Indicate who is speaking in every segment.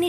Speaker 1: 你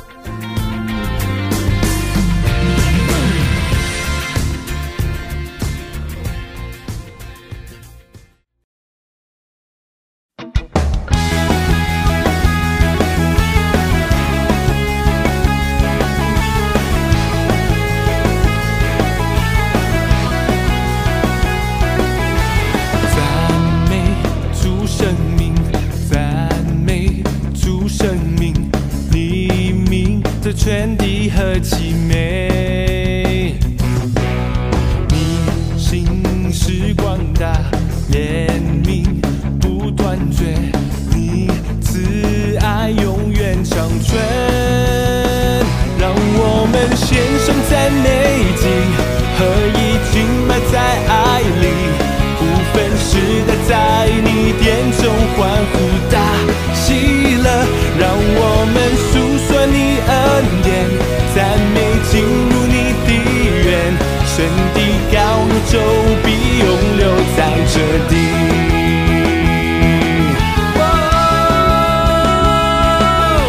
Speaker 2: 赞美主生命，赞美主生命，你名这全地何其美！你心是广大，怜悯不断绝，你慈爱永远长存。让我们献上赞美祭，合一敬拜在爱里，不分时代在你殿中欢呼大喜乐。让我们诉说你恩典，赞美进入你的愿，神的高如宙必永留在这地。哦哦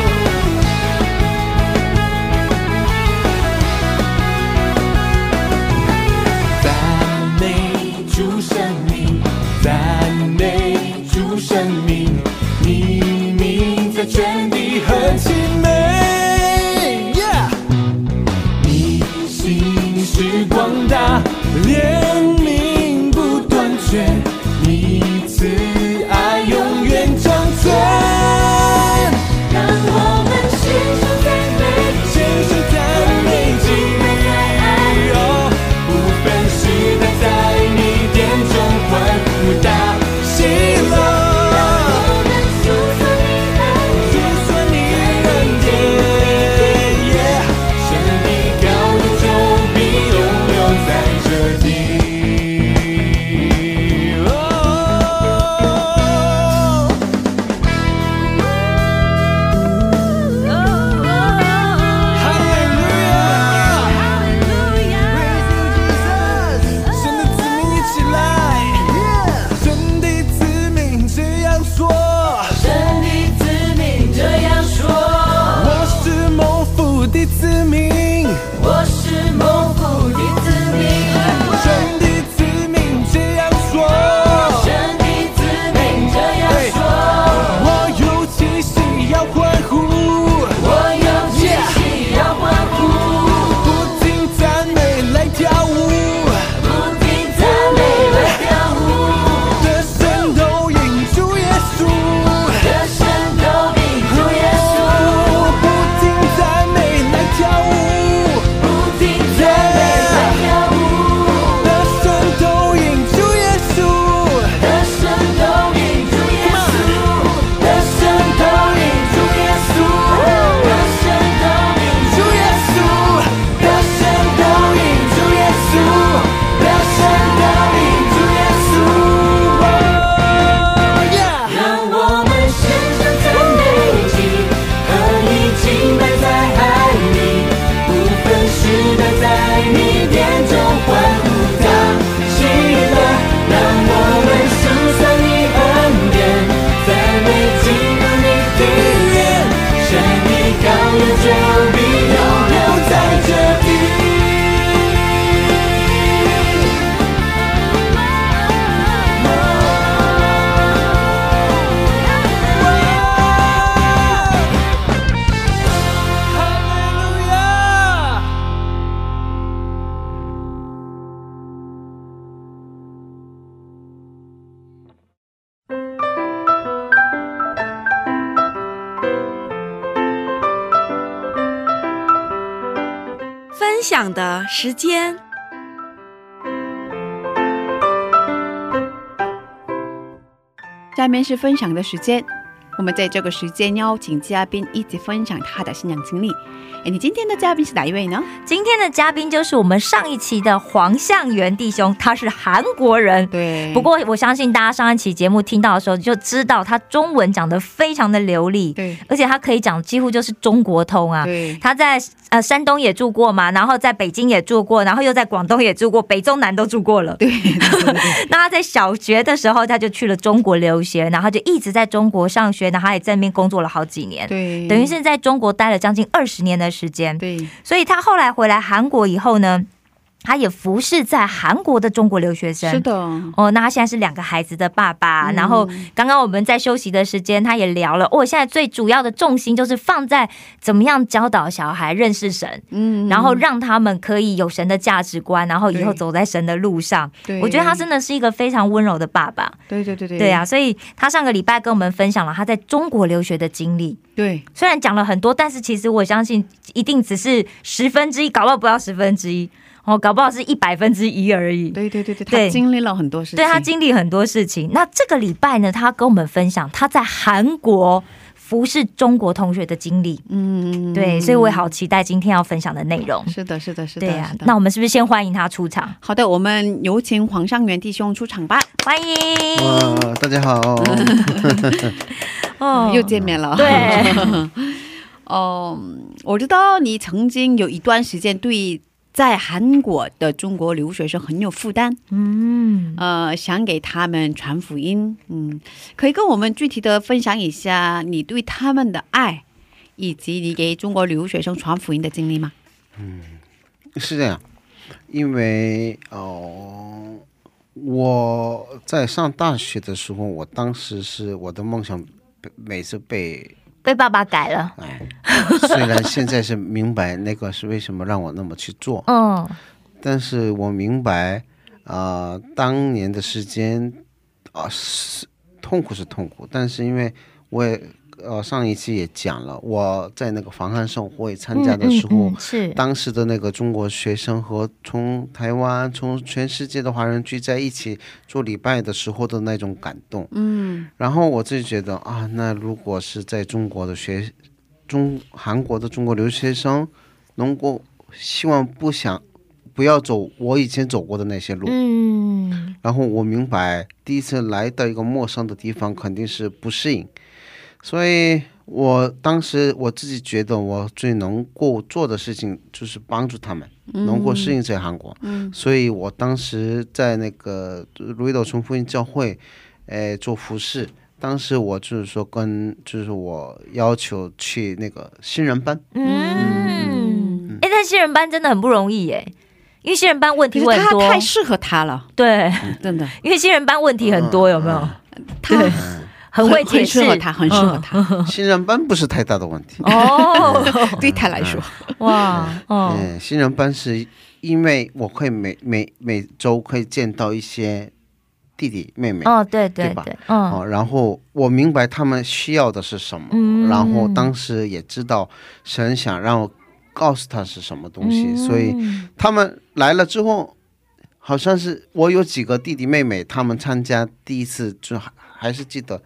Speaker 2: Oh
Speaker 3: 分享的时间。
Speaker 4: 下面是分享的时间，我们在这个时间邀请嘉宾一起分享他的信仰经历。哎，你今天的嘉宾是哪一位呢？
Speaker 5: 今天的嘉宾就是我们上一期的黄向元弟兄，他是韩国人。
Speaker 4: 对
Speaker 5: 不过我相信大家上一期节目听到的时候，就知道他中文讲得非常的流利，
Speaker 4: 对
Speaker 5: 而且他可以讲几乎就是中国通啊。
Speaker 4: 对
Speaker 5: 他在呃山东也住过嘛，然后在北京也住过，然后又在广东也住过，北中南都住过了。
Speaker 4: 对，
Speaker 5: 那他在小学的时候，他就去了中国留学，然后就一直在中国上学，然后他也在那边工作了好几年，
Speaker 4: 对，
Speaker 5: 等于是在中国待了将近二十年的时间。
Speaker 4: 对
Speaker 5: 所以他后来回来韩国以后呢，他也服侍在韩国的中国留学生。
Speaker 4: 是。的，嗯
Speaker 5: 哦，那他现在是两个孩子的爸爸，然后刚刚我们在休息的时间，他也聊了。哦，现在最主要的重心就是放在怎么样教导小孩认识神，
Speaker 4: 嗯
Speaker 5: 然后让他们可以有神的价值观，然后以后
Speaker 4: 对
Speaker 5: 走在神的路上。
Speaker 4: 对
Speaker 5: 我觉得他真的是一个非常温柔的爸爸。
Speaker 4: 对对对对
Speaker 5: 对啊，，所以他上个礼拜跟我们分享了他在中国留学的经历。
Speaker 4: 对
Speaker 5: 虽然讲了很多，但是其实我相信一定只是十分之一，搞不好不到十分之一，哦，搞不好是一百分之一而已。
Speaker 4: 对对对对，他
Speaker 5: 对
Speaker 4: 经历了很多事情，
Speaker 5: 对他经历很多事情。那这个礼拜呢，他跟我们分享他在韩国服侍中国同学的经历。
Speaker 4: 嗯，
Speaker 5: 对，所以我也好期待今天要分享的内容。
Speaker 4: 是的，是的，是的，
Speaker 5: 对呀、
Speaker 4: 是的
Speaker 5: 那我们是不是先欢迎他出场？
Speaker 4: 好的，我们有请黄尚元弟兄出场吧，
Speaker 5: 欢迎
Speaker 6: 哇，呃大家好，
Speaker 5: 哦
Speaker 4: 又见面了，
Speaker 5: 对，
Speaker 4: 哦、我知道你曾经有一段时间对在韩国的中国留学生很有负担，
Speaker 5: 嗯，
Speaker 4: 呃，想给他们传福音，嗯，可以跟我们具体的分享一下你对他们的爱，以及你给中国留学生传福音的经历吗？
Speaker 6: 是这样，因为哦、我在上大学的时候，我当时是我的梦想被每次被
Speaker 5: 被爸爸改了。
Speaker 6: 哎，虽然现在是明白那个是为什么让我那么去做，
Speaker 5: 嗯，
Speaker 6: 但是我明白啊、当年的时间啊、是痛苦是痛苦，但是因为我也呃上一期也讲了，我在那个防寒生活也参加的时候。
Speaker 5: 嗯嗯嗯是
Speaker 6: 当时的那个中国学生和从台湾、从全世界的华人聚在一起做礼拜的时候的那种感动，嗯，然后我就觉得啊，那如果是在中国的学中韩国的中国留学生，能够希望不想不要走我以前走过的那些路，
Speaker 5: 嗯，
Speaker 6: 然后我明白，第一次来到一个陌生的地方，肯定是不适应，所以我当时我自己觉得，我最能够做的事情就是帮助他们能够适应在韩国。所以我当时在那个鲁伊岛村福音教会，呃，做服饰。当时我就是说跟，就是我要求去那个新人班，
Speaker 4: 嗯
Speaker 5: 嗯，哎、但新人班真的很不容易耶，因为新人班问
Speaker 4: 可
Speaker 5: 题
Speaker 4: 是
Speaker 5: 会很
Speaker 4: 他
Speaker 5: 多，嗯
Speaker 4: 太适合他了，
Speaker 5: 对，
Speaker 4: 真的，
Speaker 5: 因为新人班问题很多，有没有？
Speaker 4: 他
Speaker 5: 很会解
Speaker 4: 很
Speaker 5: 释嗯
Speaker 4: 适合他，很适合他，
Speaker 6: 新人班不是太大的问题。
Speaker 5: 哦，
Speaker 4: 对他来说，
Speaker 5: 哇，哦，
Speaker 6: 嗯，新人班是因为我可以每每每周可以见到一些弟弟妹妹，
Speaker 5: 哦，对对
Speaker 6: 对吧
Speaker 5: 对，嗯
Speaker 6: 哦，然后我明白他们需要的是什么，
Speaker 5: 嗯
Speaker 6: 然后当时也知道神想让我告诉他是什么东西，所以
Speaker 5: 嗯
Speaker 6: 他们来了之后，好像是我有几个弟弟妹妹，他们参加第一次就还还是记得，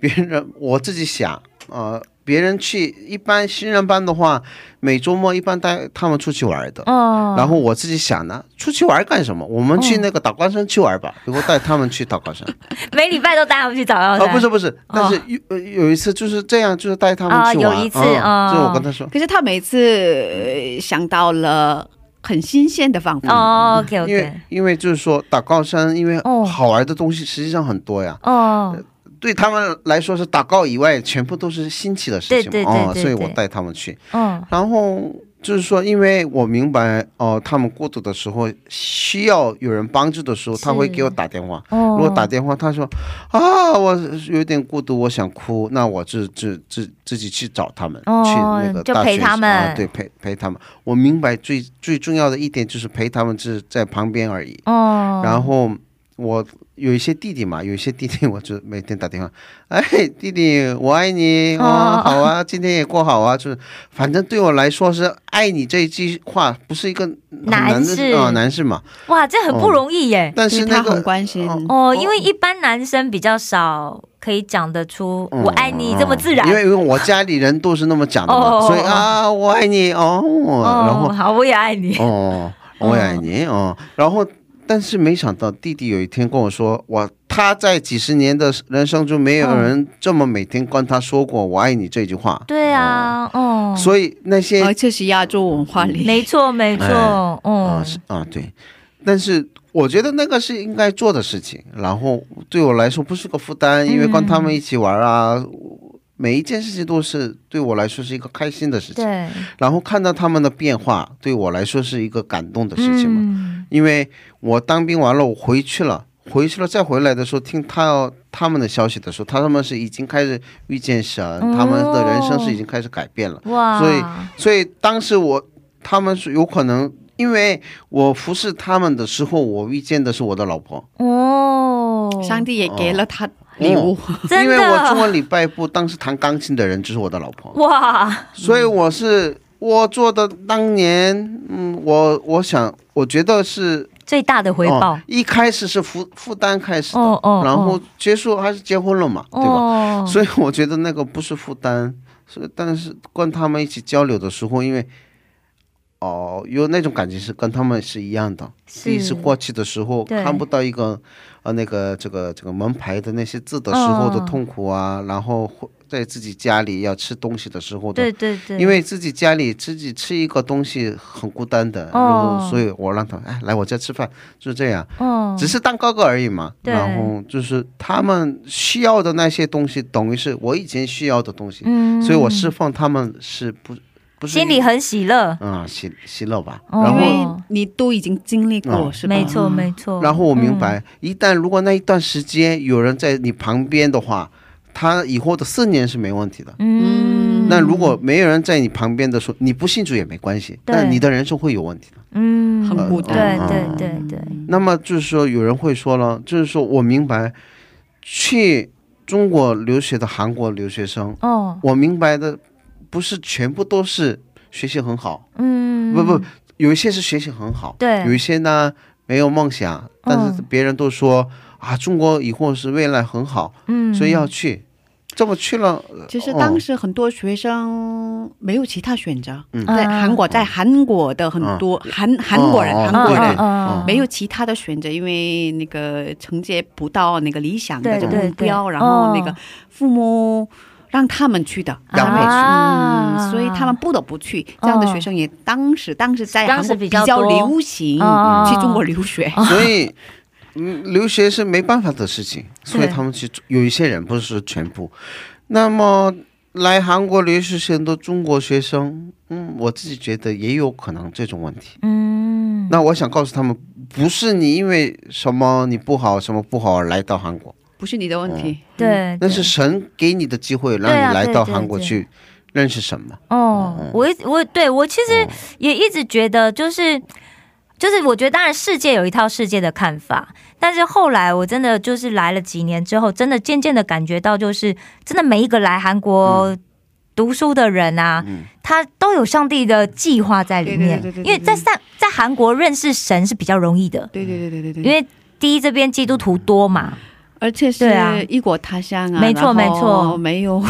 Speaker 6: 别人我自己想，呃，别人去一般新人班的话，每周末一般带他们出去玩的。
Speaker 5: 哦，
Speaker 6: 然后我自己想呢，出去玩干什么？我们
Speaker 5: 嗯
Speaker 6: 去那个岛关山去玩吧。以后带他们去岛关山。
Speaker 5: 每礼拜都带他们去找药
Speaker 6: 啊，
Speaker 5: 山，
Speaker 6: 不是不是，但是有、呃有一次就是这样，就是带他们去
Speaker 5: 啊
Speaker 6: 玩，
Speaker 5: 有一次
Speaker 6: 啊
Speaker 5: 哦
Speaker 6: 就是我跟他说，
Speaker 4: 可是他每次呃想到了很新鲜的方法，
Speaker 5: 哦，OK
Speaker 6: 因为
Speaker 5: OK，
Speaker 6: 因为就是说打高山，因为
Speaker 5: 哦
Speaker 6: 好玩的东西实际上很多呀。
Speaker 5: 哦，
Speaker 6: 对他们来说是打高以外，全部都是新奇的事情嘛，
Speaker 5: 对对对
Speaker 6: 啊、
Speaker 5: 对
Speaker 6: 所以
Speaker 5: 对
Speaker 6: 我带他们去。
Speaker 5: 嗯
Speaker 6: 然后就是说，因为我明白哦、他们孤独的时候需要有人帮助的时候，他会
Speaker 5: 是
Speaker 6: 给我打电话。
Speaker 5: 哦，
Speaker 6: 如果打电话，他说啊，我有点孤独，我想哭，那我自自自自己去找他们，
Speaker 5: 哦
Speaker 6: 去那个
Speaker 5: 就
Speaker 6: 大
Speaker 5: 陪
Speaker 6: 学
Speaker 5: 他
Speaker 6: 时
Speaker 5: 们
Speaker 6: 啊、对，陪陪他们。我明白最最重要的一点就是陪他们，只是在旁边而已。
Speaker 5: 哦，
Speaker 6: 然后我有一些弟弟嘛，有一些弟弟，我就每天打电话，哎，弟弟，我爱你哦，好啊，今天也过好啊，就是反正对我来说是爱你这一句话不是一个很难
Speaker 5: 难事
Speaker 6: 的啊、难事嘛，
Speaker 5: 哇，这很不容易耶。
Speaker 6: 但
Speaker 4: 因
Speaker 6: 是
Speaker 4: 为
Speaker 6: 那
Speaker 4: 他
Speaker 6: 个
Speaker 4: 很关心。
Speaker 6: 哦
Speaker 5: 哦，因为一般男生比较少可以讲得出“
Speaker 6: 嗯
Speaker 5: 我爱你”这么自然。
Speaker 6: 因为因为我家里人都是那么讲的
Speaker 5: 哦
Speaker 6: 嘛，
Speaker 5: 哦
Speaker 6: 所以
Speaker 5: 哦
Speaker 6: 啊，我爱你哦，然后
Speaker 5: 哦，好，我也爱你。
Speaker 6: 哦，我爱你哦。然后，但是没想到弟弟有一天跟我说，我他在几十年的人生中，没有人这么每天跟他说过“我爱你”这句话。
Speaker 5: 对啊，哦，
Speaker 6: 所以那些
Speaker 4: 而且是亚洲文化里，
Speaker 5: 没错，没错，
Speaker 6: 哎
Speaker 5: 哦
Speaker 6: 啊，是啊对，但是我觉得那个是应该做的事情。然后对我来说不是个负担，因为跟他
Speaker 5: 嗯
Speaker 6: 们一起玩啊。每一件事情都是对我来说是一个开心的事情，
Speaker 5: 对，
Speaker 6: 然后看到他们的变化，对我来说是一个感动的事情嘛。
Speaker 5: 嗯，
Speaker 6: 因为我当兵完了，我回去了，回去了再回来的时候，听他他们的消息的时候，他们是已经开始遇见神，他们的人生是已经开始改变了。
Speaker 5: 哦哇，
Speaker 6: 所以所以当时我他们是有可能，因为我服侍他们的时候，我遇见的是我的老婆，
Speaker 5: 哦，
Speaker 4: 上帝也给了他礼物。
Speaker 5: 真
Speaker 6: 因为我中
Speaker 5: 的
Speaker 6: 文礼拜部当时弹钢琴的人就是我的老婆，
Speaker 5: 哇，
Speaker 6: 所以我是。我做的当年，嗯，我我想，我觉得是
Speaker 5: 最大的回报
Speaker 6: 哦，，一开始是负负担开始的，
Speaker 5: 哦哦
Speaker 6: 然后结束还是结婚了嘛，对吧？
Speaker 5: 哦，
Speaker 6: 所以我觉得那个不是负担，是但是跟他们一起交流的时候，因为哦、有那种感觉是跟他们是一样的。第一次过去的时候，
Speaker 5: 对
Speaker 6: 看不到一个呃那个这个这个门牌的那些字的时候的
Speaker 5: 嗯
Speaker 6: 痛苦啊，然后回在自己家里要吃东西的时候的
Speaker 5: 对对对，
Speaker 6: 因为自己家里自己吃一个东西很孤单的，
Speaker 5: 哦
Speaker 6: 然后所以我让他哎来我家吃饭，就这样，
Speaker 5: 哦，
Speaker 6: 只是蛋糕个而已嘛。
Speaker 5: 对
Speaker 6: 然后就是他们需要的那些东西，等于是我以前需要的东西，
Speaker 5: 嗯
Speaker 6: 所以我释放他们是不不是
Speaker 5: 心里很喜乐，
Speaker 6: 啊、喜喜乐吧。
Speaker 5: 哦
Speaker 6: 然
Speaker 4: 因
Speaker 6: 后
Speaker 4: 为你都已经经历过，
Speaker 6: 哦
Speaker 4: 是吧？
Speaker 5: 没错没错，
Speaker 6: 然后我明白，
Speaker 5: 嗯
Speaker 6: 一旦如果那一段时间有人在你旁边的话，他以后的四年是没问题的。
Speaker 5: 嗯，
Speaker 6: 那如果没有人在你旁边的时候，你不信主也没关系，
Speaker 5: 对
Speaker 6: 但你的人生会有问题的。
Speaker 5: 嗯，
Speaker 4: 很孤
Speaker 5: 对
Speaker 4: 单
Speaker 5: 对对对，
Speaker 6: 那么就是说，有人会说了，就是说我明白，去中国留学的韩国留学生，
Speaker 5: 哦，
Speaker 6: 我明白的不是全部都是学习很好，
Speaker 5: 嗯，
Speaker 6: 不不，，有一些是学习很好，
Speaker 5: 对嗯
Speaker 6: 有一些呢没有梦想，但是别人都说、啊，中国以后是未来很好，
Speaker 5: 嗯，
Speaker 6: 所以要去，这么去了，
Speaker 4: 其实
Speaker 6: 哦
Speaker 4: 当时很多学生没有其他选择，
Speaker 6: 嗯
Speaker 4: 在
Speaker 5: 啊
Speaker 4: 韩国，在韩国的很多韩韩国人，
Speaker 6: 哦
Speaker 4: 韩国人
Speaker 6: 哦
Speaker 5: 嗯
Speaker 4: 没有其他的选择，因为那个承接不到那个理想的
Speaker 5: 对
Speaker 4: 这个
Speaker 5: 对
Speaker 4: 目标，
Speaker 5: 对
Speaker 4: 然后那个
Speaker 5: 哦
Speaker 4: 父母让他们去的，
Speaker 6: 让我去
Speaker 5: 啊
Speaker 4: 嗯，所以他们不得不去。这样的学生也当时当时在
Speaker 5: 嗯当
Speaker 4: 韩
Speaker 5: 时
Speaker 4: 国
Speaker 5: 比
Speaker 4: 比
Speaker 5: 较
Speaker 4: 较
Speaker 5: 多
Speaker 4: 流行
Speaker 5: 哦
Speaker 4: 去中国留学，
Speaker 6: 所以。嗯，留学是没办法的事情，所以
Speaker 5: 对
Speaker 6: 他们去有一些人不是说全部。那么来韩国留学生的中国学生，嗯，我自己觉得也有可能这种问题。
Speaker 5: 嗯，
Speaker 6: 那我想告诉他们，不是你因为什么你不好什么不好而来到韩国，
Speaker 4: 不是你的问题。
Speaker 6: 嗯
Speaker 5: 对，
Speaker 6: 那是神给你的机会，让
Speaker 5: 对啊
Speaker 6: 你来到
Speaker 5: 对对
Speaker 6: 韩国
Speaker 5: 对
Speaker 6: 去认识什么。
Speaker 4: 嗯
Speaker 5: 哦，我一直我对我其实也一直觉得，就是就是我觉得，当然世界有一套世界的看法，但是后来我真的就是来了几年之后，真的渐渐的感觉到，就是真的每一个来韩
Speaker 4: 嗯
Speaker 5: 国读书的人啊，他都有上帝的计划在里面
Speaker 4: 对对对对，对
Speaker 5: 因为在在在韩国认识神是比较容易的，
Speaker 4: 对对对对对
Speaker 5: 因为。第一，这边基督徒多嘛，
Speaker 4: 而且
Speaker 5: 对啊
Speaker 4: 是异国他乡啊，
Speaker 5: 没错
Speaker 4: 然后
Speaker 5: 没错
Speaker 4: 没有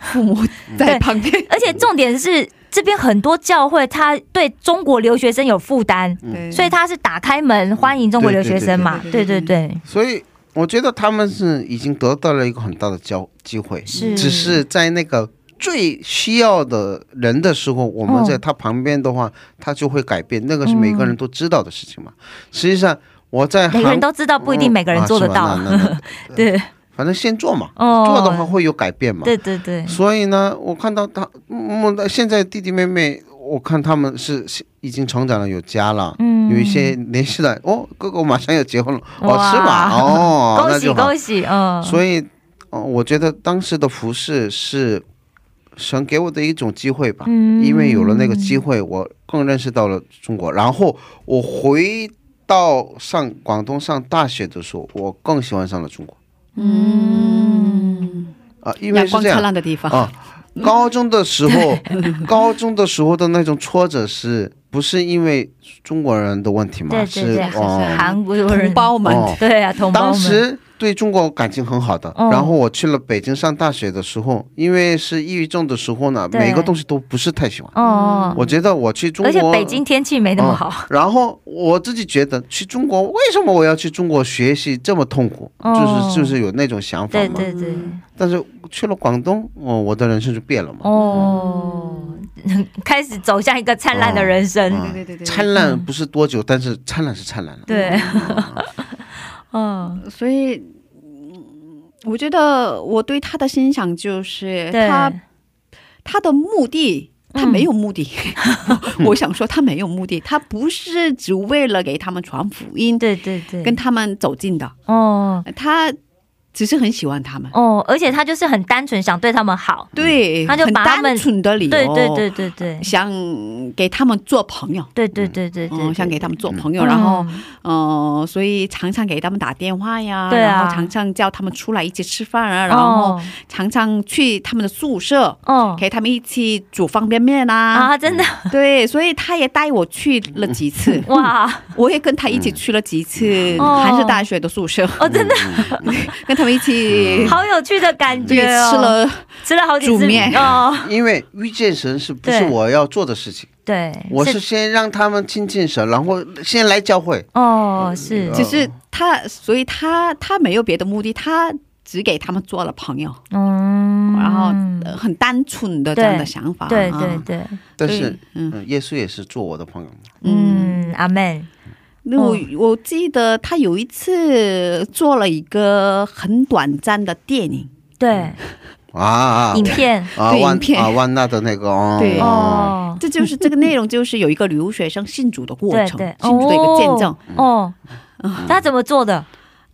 Speaker 4: 父母在旁边，
Speaker 5: 而且重点是这边很多教会，他对中国留学生有负担，
Speaker 6: 嗯
Speaker 4: 对
Speaker 5: 所以他是打开门欢迎中国留学生嘛？对
Speaker 4: 对对
Speaker 5: 对
Speaker 4: 对
Speaker 5: 对，
Speaker 6: 所以我觉得他们是已经得到了一个很大的交机会，
Speaker 5: 是
Speaker 6: 只是在那个最需要的人的时候，我们在他旁边的话，他就会改变，那个是每个人都知道的事情嘛。实际上，我
Speaker 5: 嗯
Speaker 6: 在
Speaker 5: 每个人
Speaker 6: 韩
Speaker 5: 都知道，不一定每个人做得到。
Speaker 6: 哦啊是吧那那
Speaker 5: 对
Speaker 6: 反正先做嘛，
Speaker 5: 哦
Speaker 6: 做的话会有改变嘛。
Speaker 5: 对对对，
Speaker 6: 所以呢，我看到他，嗯，我现在弟弟妹妹，我看他们是是已经成长了，有家了，
Speaker 5: 嗯
Speaker 6: 有一些年纪的，哦，哥哥马上要结婚了，哦，
Speaker 5: 哇
Speaker 6: 是吧？哦，
Speaker 5: 恭
Speaker 6: 那
Speaker 5: 喜
Speaker 6: 就好
Speaker 5: 恭。喜，嗯，
Speaker 6: 所以，哦，我觉得当时的服饰是神给我的一种机会吧，
Speaker 5: 嗯
Speaker 6: 因为有了那个机会，我更认识到了中国，然后我回到上广东上大学的时候，我更喜欢上了中国
Speaker 4: 嗯，
Speaker 6: 啊、因为
Speaker 4: 阳
Speaker 6: 是
Speaker 4: 光
Speaker 6: 这样
Speaker 4: 灿烂的地方，
Speaker 6: 啊。高中的时 候，高中的时候的那种挫折是不是因为中国人的问题嘛？
Speaker 5: 对对对，
Speaker 6: 是哦，
Speaker 5: 韩国人
Speaker 4: 同胞们，
Speaker 6: 哦
Speaker 5: 对啊，同胞
Speaker 6: 当
Speaker 5: 们，
Speaker 6: 时对中国感情很好的，
Speaker 5: 嗯
Speaker 6: 然后我去了北京上大学的时候，因为是抑郁症的时候呢，
Speaker 5: 对
Speaker 6: 每个东西都不是太喜欢。
Speaker 5: 哦，
Speaker 6: 我觉得我去中国，
Speaker 5: 而且北京天气没那么好，
Speaker 6: 嗯然后我自己觉得去中国，为什么我要去中国学习这么痛苦？
Speaker 5: 哦
Speaker 6: 就是就是有那种想法
Speaker 5: 对
Speaker 6: 嘛。
Speaker 5: 对对，
Speaker 6: 但是去了广东，哦，我的人生就变了嘛。
Speaker 5: 哦，开始走向一个灿烂的人生，
Speaker 6: 嗯
Speaker 4: 对对对对对，
Speaker 6: 灿烂不是多久，但是灿烂是灿烂了。
Speaker 5: 对， 嗯，
Speaker 4: 所以。嗯我觉得我对他的欣赏就是
Speaker 6: 哎
Speaker 5: 对，嗯
Speaker 4: 他他的目的，他没有目 的。我想说，他没有目的，他不是只为了给他们传福音，
Speaker 5: 对对对，
Speaker 4: 跟他们走近的，
Speaker 5: 哦
Speaker 4: 他只是很喜欢他们。
Speaker 5: 哦，而且他就是很单纯，想对他们好，
Speaker 4: 对，
Speaker 5: 他就
Speaker 4: 很
Speaker 5: 把他们
Speaker 4: 单纯的理由，
Speaker 6: 哎
Speaker 5: 对对对对对。
Speaker 4: 想给他们做朋友，
Speaker 5: 对对对对对，
Speaker 4: 嗯，想嗯给他们做朋友，然后，嗯、呃，所以常常给他们打电话呀，
Speaker 5: 对啊
Speaker 4: 然后常常叫他们出来一起吃饭啊，然后常常去他们的宿舍，
Speaker 5: 哦
Speaker 4: 陪他们一起煮方便面啊，
Speaker 5: 啊，真的
Speaker 4: 对，所以他也带我去了几 次，
Speaker 5: 哇，
Speaker 4: 我也跟他一起去了几次
Speaker 5: 哦
Speaker 4: 韩式大学的宿舍，
Speaker 5: 哦， 真的
Speaker 4: 跟他们一起
Speaker 5: 好有趣的感
Speaker 4: 嗯对
Speaker 5: 觉哦，
Speaker 4: 吃了，
Speaker 5: 吃了好几
Speaker 4: 煮
Speaker 5: 次
Speaker 4: 面
Speaker 5: 哦，
Speaker 6: 因为遇见神是不是
Speaker 5: 对
Speaker 6: 我要做的事情？
Speaker 5: 对，
Speaker 6: 我是先让他们亲近神，然后先来教会。
Speaker 5: 哦，是
Speaker 4: 只是他，所以他他没有别的目的，他只给他们做了朋友。
Speaker 5: 嗯，
Speaker 4: 然后呃很单纯的这样的
Speaker 5: 对
Speaker 4: 想法，
Speaker 5: 对
Speaker 4: 啊
Speaker 5: 对，对，
Speaker 6: 但
Speaker 4: 所
Speaker 6: 是
Speaker 4: 以，嗯
Speaker 6: 嗯，耶稣也是做我的朋友。
Speaker 4: 嗯，
Speaker 5: 嗯，阿妹，
Speaker 4: 那我我记得他有一次做了一个很短暂的电影，
Speaker 5: 对，
Speaker 6: 啊啊！
Speaker 4: 嗯
Speaker 5: 影片
Speaker 6: 啊，
Speaker 4: 对
Speaker 6: 万
Speaker 4: 影片
Speaker 6: 啊万纳的那个哦，
Speaker 4: 对
Speaker 6: 哦
Speaker 5: 哦
Speaker 4: 这就是这个内容，就是有一个留学生信主的过
Speaker 5: 对
Speaker 4: 程，
Speaker 5: 对
Speaker 4: 信主的一个见证，嗯
Speaker 5: 哦，他怎么做的？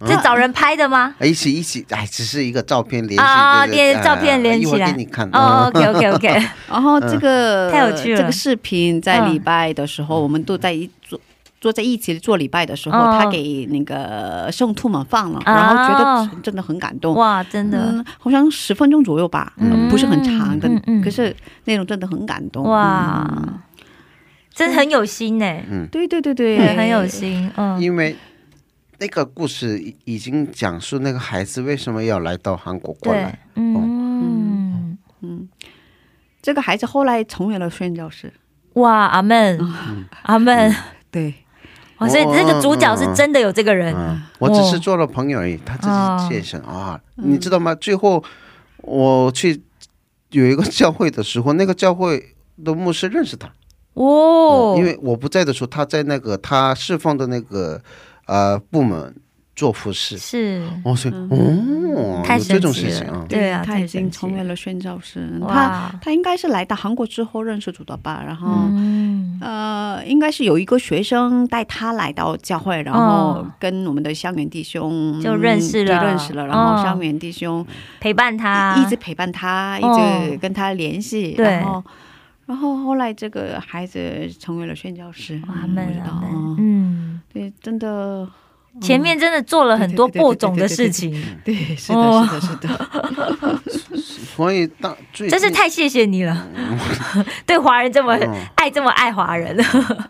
Speaker 5: 是找人拍的吗？
Speaker 6: 一起一起，哎，只是一个照片连起
Speaker 5: 啊啊
Speaker 6: 这个
Speaker 5: 连
Speaker 6: 哎
Speaker 5: 照片连起来
Speaker 6: 一会儿给你看。
Speaker 5: 哦
Speaker 6: 嗯
Speaker 5: ，OK OK OK，
Speaker 4: 然后这个、
Speaker 5: 太有趣了嗯
Speaker 4: 这个视频在礼拜的时候，我们都在一坐坐在一起做礼拜的时候，
Speaker 5: 嗯
Speaker 4: 他给那个圣徒们放了，
Speaker 5: 啊
Speaker 4: 然后觉得真的很感动。
Speaker 5: 哇，真的，
Speaker 4: 嗯，好像十分钟左右吧，
Speaker 5: 嗯
Speaker 4: 不是很长的，
Speaker 5: 嗯嗯
Speaker 4: 可是内容真的很感动。
Speaker 5: 哇
Speaker 4: 嗯，
Speaker 5: 真的很有心呢，
Speaker 4: 对对对对，
Speaker 5: 对，很有心，嗯，
Speaker 6: 因为那个故事已已经讲述那个孩子为什么要来到韩国过
Speaker 5: 对
Speaker 6: 来。，
Speaker 5: 嗯，
Speaker 4: 这个孩子后来成为了宣教师，
Speaker 5: 哇，阿妹，阿妹，
Speaker 4: 对，
Speaker 5: 哇，所以这个主角是真的有这个人，
Speaker 6: 嗯，我只
Speaker 5: 哦
Speaker 6: 是做了朋友而已，他自己健身啊，
Speaker 5: 嗯
Speaker 6: 你知道吗？最后我去有一个教会的时候，那个教会的牧师认识他，
Speaker 5: 哦，
Speaker 6: 因为我不在的时候，他在那个他释放的那个呃部门做服饰。
Speaker 5: 是，
Speaker 6: 哦，所以哦，
Speaker 5: 太
Speaker 6: 有这种
Speaker 5: 神奇
Speaker 6: 事
Speaker 5: 了
Speaker 6: 情啊，
Speaker 5: 对啊
Speaker 4: 他
Speaker 5: 太
Speaker 4: 已经
Speaker 5: 神奇
Speaker 4: 成为了宣教师。
Speaker 5: 哇
Speaker 4: 他他应该是来到韩国之后认识主的吧，然后、
Speaker 5: 嗯，
Speaker 4: 呃，应该是有一个学生带他来到教会，然后
Speaker 5: 哦
Speaker 4: 跟我们的香园弟兄嗯
Speaker 5: 就认识了
Speaker 4: 就认识了，然后
Speaker 5: 哦
Speaker 4: 香园弟兄
Speaker 5: 陪伴他，
Speaker 4: 一直陪伴他，一直跟他联系，
Speaker 5: 哦对
Speaker 4: 然后。然后后来，这个孩子成为了宣教师，
Speaker 5: 哇，阿
Speaker 4: 嗯我
Speaker 5: 妹，
Speaker 4: 知道
Speaker 5: 阿妹
Speaker 4: 哦，
Speaker 5: 嗯。
Speaker 4: 对，真的，
Speaker 5: 前面真的做了很多播种的事情，
Speaker 4: 对，是
Speaker 5: 哦
Speaker 4: 的，是的，是 的。
Speaker 6: 所以当最
Speaker 5: 真是太谢谢你了， 对华人这么
Speaker 6: 嗯
Speaker 5: 爱，这么爱华人，对啊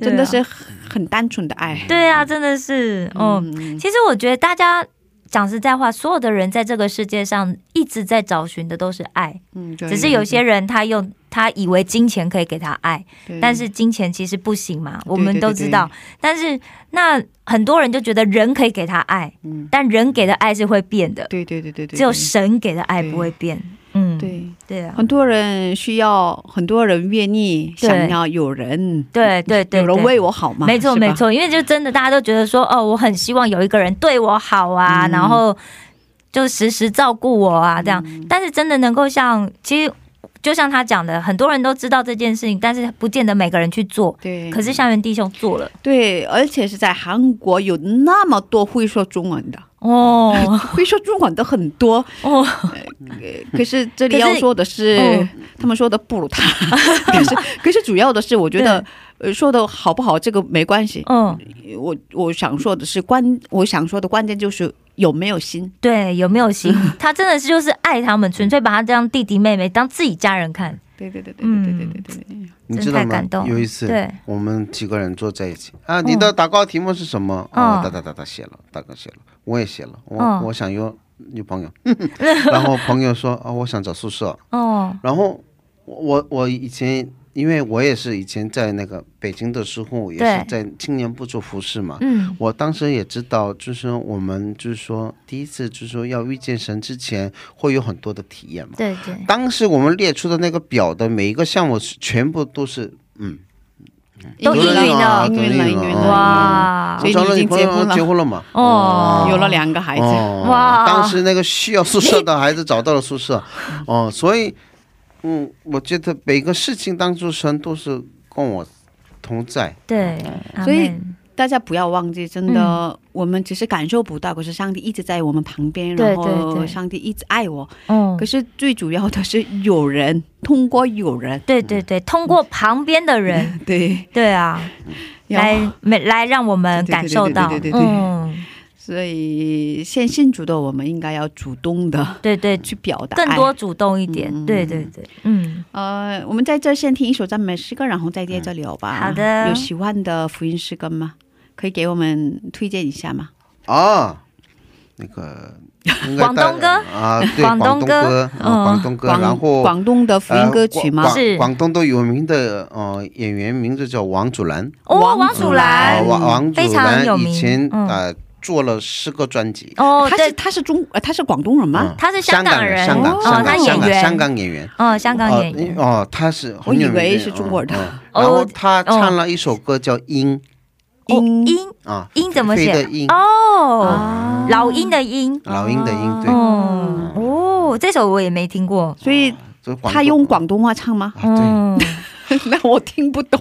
Speaker 4: 真的是很很单纯的爱。
Speaker 5: 对啊，真的是，嗯，
Speaker 4: 嗯，
Speaker 5: 其实我觉得大家讲实在话，所有的人在这个世界上一直在找寻的都是爱，
Speaker 4: 嗯，对
Speaker 5: 只是有些，人他用他以为金钱可以给他爱，
Speaker 4: 对
Speaker 5: 但是金钱其实不行嘛，我
Speaker 4: 对
Speaker 5: 们
Speaker 4: 对
Speaker 5: 都知道。但是那很多人就觉得人可以给他爱，
Speaker 4: 嗯
Speaker 5: 但人给的爱是会变的，
Speaker 4: 对对对对对，
Speaker 5: 只有神给的爱
Speaker 4: 对
Speaker 5: 不会变。嗯，
Speaker 4: 对
Speaker 5: 对啊，
Speaker 4: 很多人需要，很多人愿意
Speaker 5: 对
Speaker 4: 想要有人，
Speaker 5: 对对对，
Speaker 4: 有人
Speaker 5: 对
Speaker 4: 为我好嘛？
Speaker 5: 没错
Speaker 4: 是吧
Speaker 5: 没，错，因为就真的大家都觉得说，哦，我很希望有一个人对我好
Speaker 4: 嗯
Speaker 5: 啊，然
Speaker 4: 嗯
Speaker 5: 后就时时照顾我啊，这样。但是真的能够像，其实就像他讲的，很多人都知道这件事情，但是不见得每个人去做。
Speaker 4: 对，
Speaker 5: 可是校园弟兄做了
Speaker 4: 对，而且是在韩国有那么多会说中文 的，
Speaker 5: 哦
Speaker 4: 会说中文的很多。
Speaker 5: 哦，
Speaker 4: 嗯可是这里
Speaker 5: 可是
Speaker 4: 要说的是，
Speaker 5: 嗯
Speaker 4: 他们说的不如 他。可是，可是主要的是，我觉得呃说的好不好这个没关系。
Speaker 5: 嗯，
Speaker 4: 我我想说的是关，我想说的关键就是有没有心。
Speaker 5: 对，有没有心？
Speaker 4: 嗯
Speaker 5: 他真的是就是爱他们，纯粹把他当弟弟妹妹，当自己家人看。
Speaker 4: 对对对对
Speaker 5: 嗯
Speaker 4: 对对对对对。
Speaker 6: 你
Speaker 5: 真
Speaker 6: 知道
Speaker 5: 太
Speaker 6: 吗
Speaker 5: 感动？了
Speaker 6: 有一次
Speaker 5: 对，
Speaker 6: 我们几个人坐在一起啊，你的祷告题目是什么？
Speaker 5: 嗯
Speaker 6: 哦，哒哒哒哒写了，大哥写了，我也写了，我
Speaker 5: 嗯
Speaker 6: 我想有女朋友， 然后朋友说啊，我想找宿舍，
Speaker 5: 哦，
Speaker 6: 然后我我我以前。因为我也是以前在那个北京的时候，也是在青年部做服饰嘛。
Speaker 5: 嗯，
Speaker 6: 我当时也知道，就是我们就是说第一次就是说要遇见神之前，会有很多的体验嘛。
Speaker 5: 嗯哦对对，
Speaker 6: 当时我们列出的那个表的每一个项目是全部都是嗯，
Speaker 5: 都
Speaker 6: 有
Speaker 5: 应
Speaker 6: 人
Speaker 5: 运
Speaker 6: 啊
Speaker 5: 了，
Speaker 4: 应运了，应运
Speaker 6: 嗯
Speaker 4: 了。
Speaker 5: 哇
Speaker 4: 所以
Speaker 6: 找了
Speaker 4: 你已
Speaker 6: 女
Speaker 4: 经
Speaker 6: 朋
Speaker 4: 结
Speaker 6: 友
Speaker 4: 婚了
Speaker 6: 结婚 了嘛？
Speaker 5: 哦，
Speaker 4: 有了两个孩子，
Speaker 6: 哦，
Speaker 5: 哇
Speaker 6: 当时那个需要宿舍的孩子找到了宿 舍，哦，所以，嗯，我觉得每个事情当初神都是跟我同在，
Speaker 5: 对，阿
Speaker 4: 所以
Speaker 5: 门
Speaker 4: 大家不要忘记，真的，
Speaker 5: 嗯
Speaker 4: 我们只是感受不到，可是上帝一直在我们旁边，
Speaker 5: 对
Speaker 4: 然
Speaker 5: 对
Speaker 4: 后
Speaker 5: 对
Speaker 4: 上帝一直爱我。
Speaker 5: 嗯
Speaker 4: 可，是最主要的是有人通过有人，
Speaker 5: 对对
Speaker 4: 嗯
Speaker 5: 对，通过旁边的人，
Speaker 4: 对，
Speaker 5: 对啊，
Speaker 4: 然后
Speaker 5: 来没来让我们感受到，
Speaker 4: 对对对对对对
Speaker 5: 嗯，
Speaker 4: 所以献信主的我们应该要主动的
Speaker 5: 对对，
Speaker 4: 去表达爱
Speaker 5: 更多主动一点，
Speaker 4: 嗯
Speaker 5: 对对对，嗯，
Speaker 4: 呃，我们在这先听一首赞美诗歌，然后再接着聊吧。
Speaker 5: 嗯好的
Speaker 4: 有喜欢的福音诗歌吗？可以给我们推荐一下吗？
Speaker 6: 啊，那 个应该
Speaker 5: 广东歌
Speaker 6: 啊，对，
Speaker 5: 广
Speaker 6: 广
Speaker 5: 东
Speaker 6: 东
Speaker 5: 歌
Speaker 6: 歌，
Speaker 5: 嗯
Speaker 6: 啊广东歌，
Speaker 4: 广
Speaker 6: 然后
Speaker 4: 广东的福音歌曲吗？
Speaker 6: 呃广
Speaker 5: 是
Speaker 6: 广广东的有名的呃演员名字叫王祖蓝，
Speaker 5: 哦，
Speaker 4: 王
Speaker 5: 王
Speaker 4: 祖
Speaker 5: 祖
Speaker 6: 啊，
Speaker 5: 蓝
Speaker 4: 蓝，
Speaker 6: 王王祖
Speaker 5: 非常有
Speaker 6: 蓝
Speaker 5: 名
Speaker 6: 以前
Speaker 5: 嗯
Speaker 6: 呃做了四个专辑，
Speaker 5: 哦，
Speaker 4: 他是
Speaker 5: 对，
Speaker 4: 他是中呃他是广东人吗
Speaker 6: 嗯？
Speaker 5: 他是香
Speaker 6: 香
Speaker 5: 港
Speaker 6: 港
Speaker 5: 人
Speaker 6: 香港
Speaker 4: 哦
Speaker 6: 香
Speaker 4: 他
Speaker 6: 港
Speaker 4: 演
Speaker 6: 香港
Speaker 5: 员
Speaker 6: 香港演员，
Speaker 5: 哦，香港演员，
Speaker 6: 呃哦，他是
Speaker 4: 我
Speaker 6: 很
Speaker 4: 以
Speaker 6: 有名的
Speaker 4: 为是中国人
Speaker 6: 嗯嗯然后他唱了一首歌叫《鹰
Speaker 5: 哦
Speaker 4: 音
Speaker 5: 鹰
Speaker 6: 啊，
Speaker 5: 鹰怎么
Speaker 6: 飞
Speaker 5: 写
Speaker 6: 的鹰？
Speaker 5: 哦，
Speaker 6: 嗯
Speaker 4: 啊
Speaker 5: 老鹰的鹰，
Speaker 6: 老鹰的鹰，对，
Speaker 4: 嗯
Speaker 5: 哦哦，这首我也没听过，
Speaker 4: 所以
Speaker 6: 就广东
Speaker 4: 他用广东话唱 吗？
Speaker 6: 啊对，
Speaker 5: 嗯，
Speaker 4: 那我听不 懂，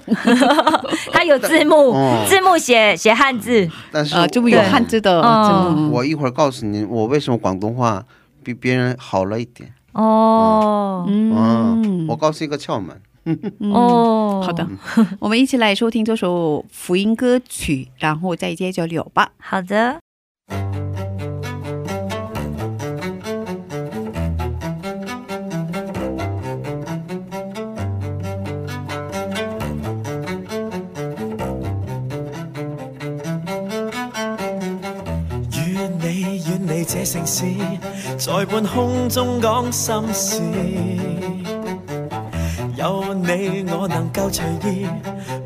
Speaker 5: 他有字 幕
Speaker 6: 哦，
Speaker 5: 字幕写写汉字，
Speaker 6: 但是
Speaker 4: 呃，就有
Speaker 6: 我
Speaker 4: 汉字嗯的
Speaker 5: 哦
Speaker 4: 字幕。
Speaker 6: 嗯我一会儿告诉你，我为什么广东话比别人好了一点。
Speaker 5: 哦
Speaker 6: 嗯
Speaker 4: 嗯，，
Speaker 6: 我嗯告诉一个窍门，
Speaker 5: 哦，
Speaker 4: 好的， 我们一起来收听这首福音歌曲，然后再接着聊吧。
Speaker 5: 好的，
Speaker 2: 遠你遠離這城市，在半空中講心事。有你我能夠隨意，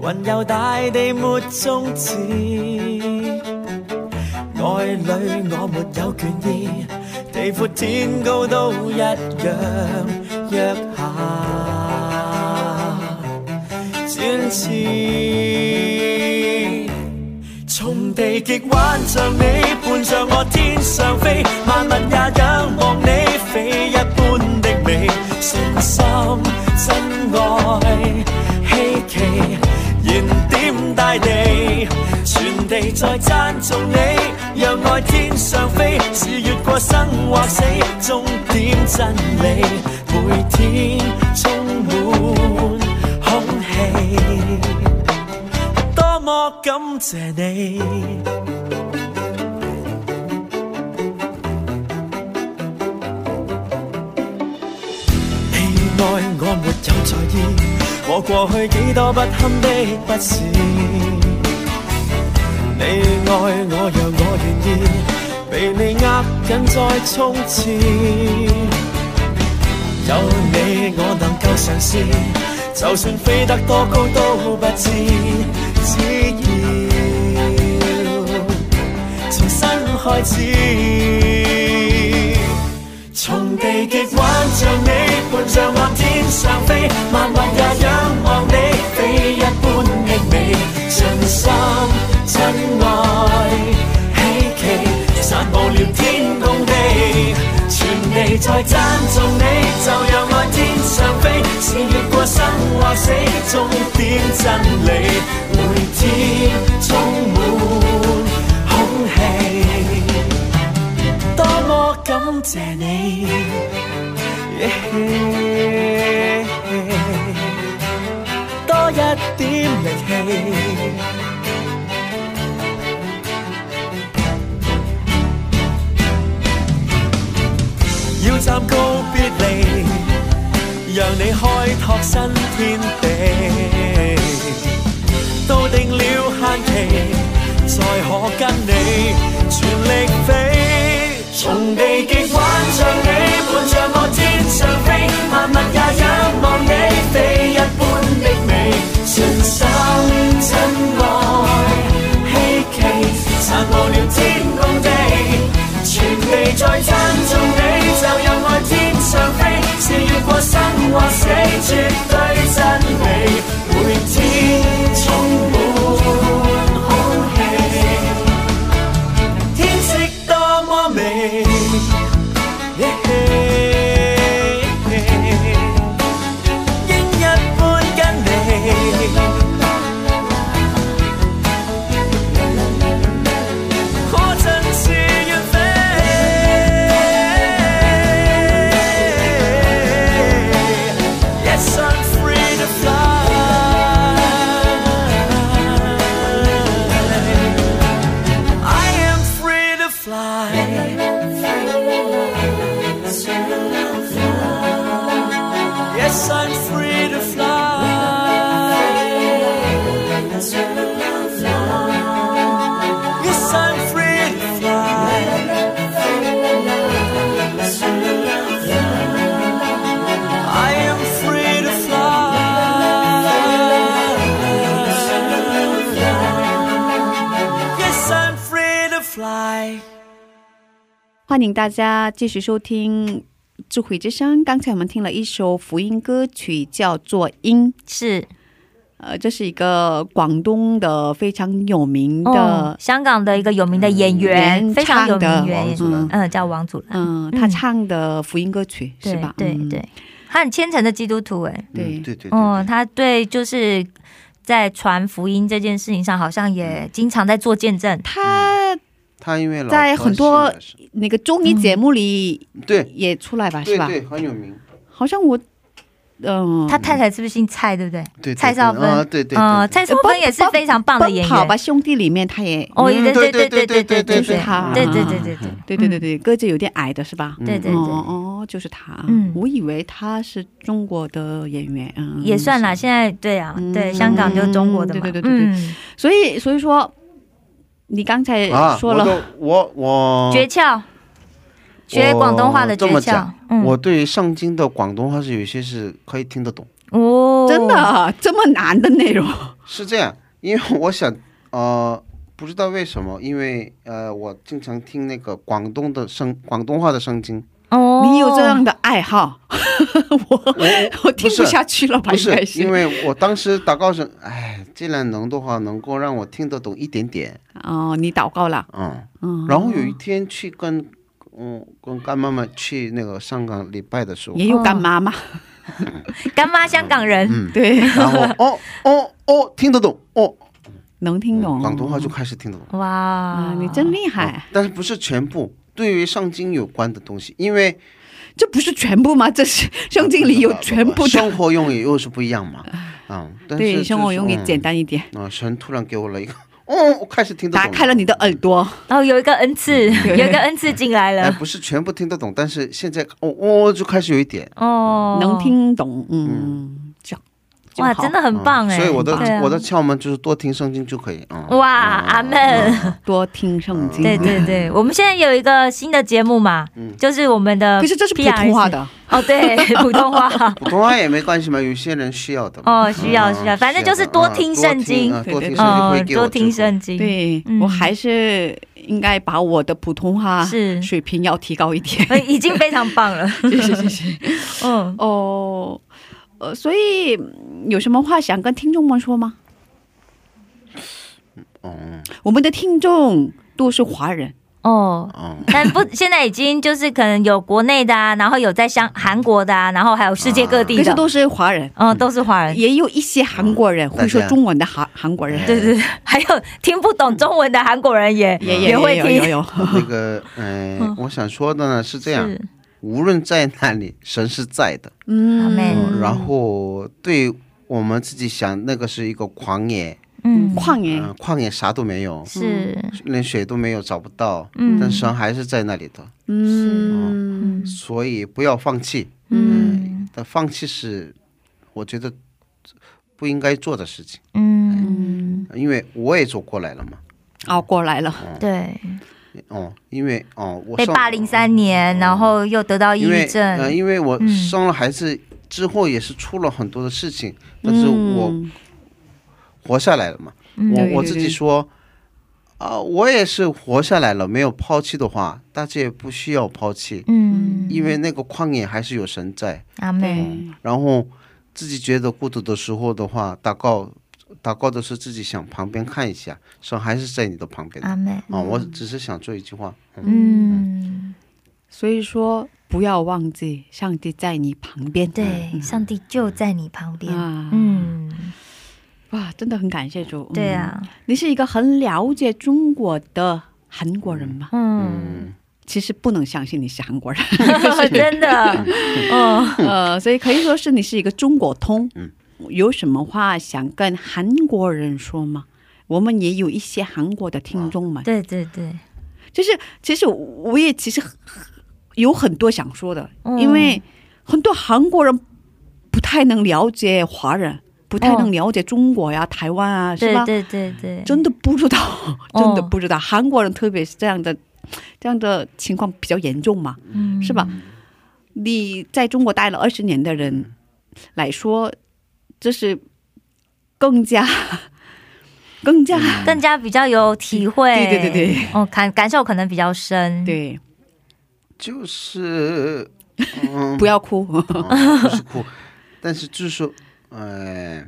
Speaker 2: 雲遊大地沒終止。愛裏我沒有倦意，地闊天高都一樣約下展翅。從地極彎像你，伴着我天上飛，萬物也仰望你，非一般的美，信心真愛稀奇，燃點大地，全地在讚頌你，讓愛天上飛，是越過生或死，終點真理，每天充滿空氣。多么感謝你。喜愛我沒有在意，我過去幾多不堪的不是。你愛我讓我願意，被你握緊再衝刺。有你我能夠嘗試，就算飛得多高都不知，只要重新開始。從地極彎像你，伴着我天上飛，萬物也仰望你，非一般的美，盡心真愛。希奇，散步了天共地，全地在讚頌你，就讓愛天上飛，超越過生或死，終點真理，每天充滿空氣，多麼感謝你。多一點力氣。要暫告別離，讓你開拓新天地。到定了限期，才可跟你全力飛。從地極挽着你，伴着我天上飛，萬物也仰望你飛一般的美，全心真愛稀奇。散落了天共地，全地在讚頌你，就讓愛天上飛，是越過生或死，絕對真理，每天充滿空氣，天色多麼美。鷹一般跟你。可真是遠飛。Yes, I'm free to fly. I am free to fly. Yes, I'm free to fly. Yes, I'm free to fly. I am free to fly. Yes, I'm free to fly.
Speaker 4: 欢迎大家继续收听《智慧之声》。刚才我们听了一首福音歌曲，叫做《鹰》，
Speaker 5: 是
Speaker 4: 呃，这是一个广东的非常有名
Speaker 5: 哦
Speaker 4: 的，，
Speaker 5: 香港的一个有名的演
Speaker 4: 嗯
Speaker 5: 员，非常有名
Speaker 4: 唱的
Speaker 5: 演
Speaker 6: 王
Speaker 5: 员
Speaker 6: 祖蓝，
Speaker 5: 嗯，叫王祖蓝，
Speaker 4: 嗯，他唱的福音歌曲、是
Speaker 5: 对
Speaker 4: 吧？
Speaker 5: 对
Speaker 4: 嗯
Speaker 5: 对，他很虔诚的基督徒，哎，
Speaker 4: 对
Speaker 6: 嗯对对对，
Speaker 5: 哦，他对就是在传福音这件事情上，好像也经常在做见证，
Speaker 4: 他
Speaker 6: 他因为老
Speaker 4: 在
Speaker 6: 婆
Speaker 4: 很多
Speaker 6: 信的是
Speaker 4: 那个综艺节目里
Speaker 6: 对
Speaker 4: 也出来吧，
Speaker 6: 对
Speaker 4: 是吧？
Speaker 6: 对很有名，
Speaker 4: 好像我，嗯、
Speaker 5: 他太太是不是姓蔡，对不对？
Speaker 6: 对对
Speaker 5: 蔡
Speaker 6: 对
Speaker 5: 少芬
Speaker 6: 啊对对
Speaker 5: 嗯，
Speaker 6: 对对
Speaker 5: 蔡
Speaker 4: 哎
Speaker 5: 少芬也是非常棒的演
Speaker 4: 奔跑吧
Speaker 5: 员。
Speaker 4: 兄弟里面他也，
Speaker 5: 哦，
Speaker 6: 嗯
Speaker 5: 对对对对
Speaker 6: 对对
Speaker 5: 对对对
Speaker 6: 对对对嗯
Speaker 5: 对
Speaker 4: 是，他
Speaker 5: 对对对对对，
Speaker 4: 对对对对，个子有点矮的是吧？
Speaker 5: 对嗯对
Speaker 4: 哦
Speaker 5: 对
Speaker 4: 哦，哦就是他。
Speaker 5: 嗯
Speaker 4: 我以为他是中国的演员，嗯，
Speaker 5: 也算啦。现在对啊
Speaker 4: 嗯，
Speaker 5: 对，香港就是中国的嘛，
Speaker 4: 对对对对对
Speaker 5: 嗯，
Speaker 4: 所以所以说，你刚才
Speaker 5: 哎
Speaker 6: 啊，
Speaker 4: 说
Speaker 6: 我
Speaker 4: 了，
Speaker 6: 都我我
Speaker 5: 诀窍，学广东话的诀
Speaker 6: 哦我这么
Speaker 5: 窍
Speaker 6: 讲，
Speaker 5: 嗯，
Speaker 6: 我对于圣经的广东话是有一些是可以听得懂，
Speaker 5: 哦，
Speaker 4: 真的、，啊这么难的内容，
Speaker 6: 是这样，因为我想呃，不知道为什么，因为呃，我经常听那个广东的圣广东话的 圣经，
Speaker 5: 哦，
Speaker 4: 你有这样的爱好， 我我听
Speaker 6: 不
Speaker 4: 不
Speaker 6: 是
Speaker 4: 下去了吧？
Speaker 6: 不
Speaker 4: 应该
Speaker 6: 是，因
Speaker 4: 是。
Speaker 6: 为我当时祷告是，哎，既然能的话，能够让我听得懂一点点，
Speaker 4: 哦，你祷告了，
Speaker 6: 嗯，
Speaker 5: 哦
Speaker 4: 嗯，
Speaker 6: 然后有一天去跟。嗯，跟干妈妈去那个香港礼拜的时候，
Speaker 4: 也有干妈嘛，
Speaker 5: 哦干妈香港人，
Speaker 6: 嗯
Speaker 4: 对，
Speaker 6: 然后哦哦哦，听得懂哦，
Speaker 4: 能听懂
Speaker 6: 嗯广东话哦就开始听得懂。
Speaker 5: 哇
Speaker 4: 啊，，你真厉害，
Speaker 6: 但是不是全部对于圣经有关的东西，因为呃
Speaker 4: 这不是全部吗？这是 圣经里有全部的，
Speaker 6: 生活用语又是不一 样嘛。嗯，但是
Speaker 4: 对，生活用语简
Speaker 6: 单
Speaker 4: 单一点。
Speaker 6: 啊、神突然给我了一个，哦，我开始听得
Speaker 4: 打
Speaker 6: 懂，
Speaker 4: 开了你的。耳朵，
Speaker 5: 哦，有一个恩赐，有一个恩赐进来
Speaker 6: 嗯 哎，
Speaker 5: 了，
Speaker 6: 不是全部听得懂，但是现在哦哦就开始有一点，
Speaker 5: 哦，
Speaker 4: 能，听懂，嗯，这样就
Speaker 5: 哇，
Speaker 4: 好
Speaker 5: 真的很棒哎，
Speaker 6: 嗯所以我的、
Speaker 5: 对啊
Speaker 6: 我的窍门就是多听圣经就可以啊、嗯
Speaker 5: 哇，阿门。
Speaker 4: 多听圣经，
Speaker 5: 对对对，我们现在有一个新的节目嘛，就是我们的，
Speaker 4: 可是这是普通话的，
Speaker 5: 哦，对， 普通话。
Speaker 6: 普通话也没关系嘛，有些人需要的嘛。
Speaker 5: 哦需要
Speaker 6: 嗯
Speaker 5: 需要反正就是多听圣经
Speaker 6: 嗯多
Speaker 4: 对
Speaker 6: 听
Speaker 4: 对对
Speaker 6: 嗯多听圣经
Speaker 5: 哦
Speaker 6: 会，给我
Speaker 5: 多听圣经。，
Speaker 4: 对
Speaker 5: 嗯
Speaker 4: 我还是应该把我的普通话
Speaker 5: 是
Speaker 4: 水平要提高一点。
Speaker 5: 呃，已经非常 棒了。
Speaker 4: 是是是是，
Speaker 5: 嗯，
Speaker 4: 哦，呃，所以嗯有什么话想跟听众们说吗？
Speaker 6: 嗯，
Speaker 4: 我们的听众都是华人，
Speaker 5: 哦，
Speaker 6: 嗯，
Speaker 5: 但不，现在已经就是可能有国内的啊，然后有在香韩国的啊，然后还有世界各地
Speaker 4: 可是
Speaker 5: 的，
Speaker 4: 都是华人，
Speaker 5: 嗯，都是华人，
Speaker 4: 也有一些韩国人
Speaker 6: 大家
Speaker 4: 会说中文的韩韩国人，
Speaker 5: 对对，对还有听不懂中文的韩国人也
Speaker 4: 也
Speaker 5: 也会
Speaker 4: 有有
Speaker 5: 听，
Speaker 4: 有。
Speaker 6: 那个，呃，我想说的呢是这
Speaker 5: 嗯
Speaker 6: 样，
Speaker 5: 是
Speaker 6: 无论在哪里，神是在的。
Speaker 5: 阿
Speaker 4: 嗯，
Speaker 5: 妹，
Speaker 6: 嗯，然后对我们自己想，那个是一个旷野，
Speaker 5: 嗯，
Speaker 4: 旷野
Speaker 6: 嗯、旷野啥都没有，
Speaker 5: 是，
Speaker 6: 连水都没有，找不到，
Speaker 5: 嗯
Speaker 6: 但神还是在那里的，
Speaker 4: 嗯，
Speaker 6: 所以不要放弃。哎
Speaker 5: 嗯
Speaker 6: 但放弃是，我觉得不应该做的事情，
Speaker 5: 嗯，
Speaker 6: 因为我也走过来了嘛。
Speaker 4: 熬哦过来了，
Speaker 5: 对，
Speaker 6: 哦，因为哦，我
Speaker 5: 被
Speaker 6: 上
Speaker 5: 霸凌三年，然后又得到抑
Speaker 6: 因为
Speaker 5: 郁
Speaker 6: 呃，
Speaker 5: 症，
Speaker 6: 因为我
Speaker 5: 嗯
Speaker 6: 生了孩子之后也是出了很多的事情，但是我
Speaker 4: 嗯
Speaker 6: 活下来了嘛。
Speaker 4: 对
Speaker 6: 我我
Speaker 4: 对
Speaker 6: 自
Speaker 4: 对
Speaker 6: 己说，啊、我也是活下来了，没有抛弃的话，大家也不需要抛弃，
Speaker 5: 嗯，
Speaker 6: 因为那个旷野还是有神在。嗯
Speaker 5: 阿妹，
Speaker 4: 对
Speaker 6: 然后自己觉得孤独的时候的话，祷告，祷告的是自己想旁边看一下，神还是在你的旁边的。
Speaker 5: 阿
Speaker 6: 啊、
Speaker 5: 妹，
Speaker 6: 我只是想做一句话，嗯
Speaker 5: 嗯，
Speaker 4: 所以说不要忘记上帝在你旁边。嗯
Speaker 5: 对，上帝就在你旁边，
Speaker 4: 啊，
Speaker 5: 嗯，
Speaker 4: 哇，真的很感谢主。嗯
Speaker 5: 对，啊，
Speaker 4: 你是一个很了解中国的韩国人吗？
Speaker 5: 嗯，
Speaker 4: 其实不能相信你是韩 国人，
Speaker 5: 真的，嗯。
Speaker 4: 呃，所以可以说是你是一个中国通。
Speaker 6: 嗯
Speaker 4: 有什么话想跟韩国人说吗？我们也有一些韩国的听众们，
Speaker 5: 对对对，
Speaker 4: 就是其实我也其实很有很多想说的，
Speaker 5: 嗯
Speaker 4: 因为很多韩国人不太能了解华人，不太能了解中国呀、台湾啊，是
Speaker 5: 嗯对
Speaker 4: 吧？
Speaker 5: 对对对，
Speaker 4: 真的不知道，
Speaker 5: 哦
Speaker 4: 真的不知道，韩国人特别是这样的，这样的情况比较严重嘛，
Speaker 5: 嗯
Speaker 4: 是吧？你在中国待了二十年的人来说，这是更加更加、
Speaker 5: 更加比较有体会，
Speaker 4: 对对对对，
Speaker 5: 哦，感感受可能比较深，，
Speaker 4: 对，
Speaker 6: 就是
Speaker 4: 不要哭，
Speaker 6: 嗯不是哭， 但是就是说，呃，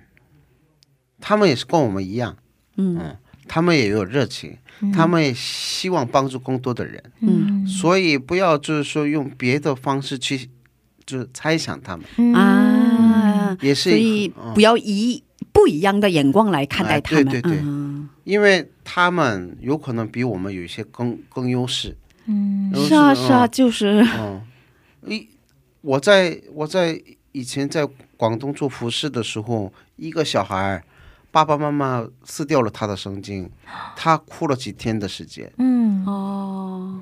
Speaker 6: 他们也是跟我们一样，
Speaker 4: 嗯
Speaker 6: 他们也有热情，他们也希望帮助更多的人，
Speaker 4: 嗯
Speaker 6: 所以不要就是说用别的方式去就是猜想 他们，
Speaker 5: 嗯
Speaker 4: 啊，
Speaker 6: 也
Speaker 4: 所
Speaker 6: 是
Speaker 4: 以不要以不一样的眼光来看待
Speaker 6: 嗯哎
Speaker 4: 他们，
Speaker 6: 对对对
Speaker 4: 嗯
Speaker 6: 因为他们有可能比我们有一些更更优势，
Speaker 5: 嗯
Speaker 6: 优势
Speaker 4: 是啊
Speaker 6: 嗯
Speaker 4: 是啊，就是
Speaker 6: 嗯，一我在我在以前在广东做服饰的时候，一个小孩儿，爸爸妈妈撕掉了他的圣经，他哭了几天的时间。
Speaker 5: 嗯，
Speaker 4: 哦，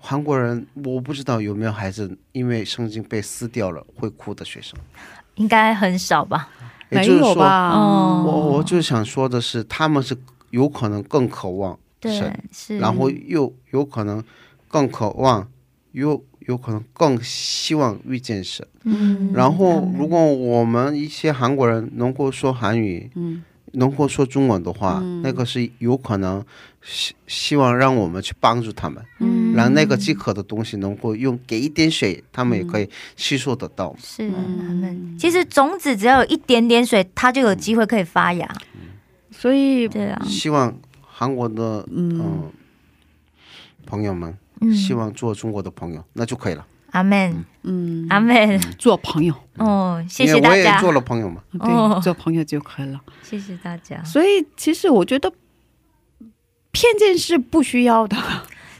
Speaker 6: 韩国人我不知道有没有孩子因为圣经被撕掉了会哭的学生，
Speaker 5: 应该很少吧？
Speaker 6: 也
Speaker 4: 没
Speaker 6: 就是
Speaker 4: 有
Speaker 6: 说，
Speaker 4: 吧？
Speaker 6: 我
Speaker 5: 哦，
Speaker 6: 我就想说的是，他们是有可能更渴望
Speaker 5: 对
Speaker 6: 神，，
Speaker 5: 是，
Speaker 6: 然后又有可能更渴望，又有可能更希望遇见神。
Speaker 5: 嗯
Speaker 6: 然后，如果我们一些韩国人能够说韩语，
Speaker 4: 嗯，
Speaker 6: 能够说中文的话，那个是有可能希希望让我们去帮助他们，
Speaker 5: 嗯嗯
Speaker 6: 让那个饥渴的东西能够用给一点水，他们也可以吸收得到。
Speaker 5: 是他们，
Speaker 4: 嗯
Speaker 5: 其实种子只要有一点点水，它就有机会可以发芽，
Speaker 4: 嗯所以
Speaker 5: 对啊，
Speaker 6: 希望韩国的嗯、朋友们，
Speaker 5: 嗯
Speaker 6: 希望做中国的朋友，那就可以了。
Speaker 5: 阿门，
Speaker 4: 嗯，
Speaker 5: 阿门，
Speaker 4: 做朋友，
Speaker 5: 哦，谢
Speaker 6: 因
Speaker 5: 谢
Speaker 6: 为我
Speaker 5: 大
Speaker 6: 也
Speaker 5: 家，
Speaker 6: 做了朋友嘛。
Speaker 5: 嗯
Speaker 4: 对，做朋友就可以了。
Speaker 5: 谢谢大家，
Speaker 4: 所以其实我觉得偏见是不需要的。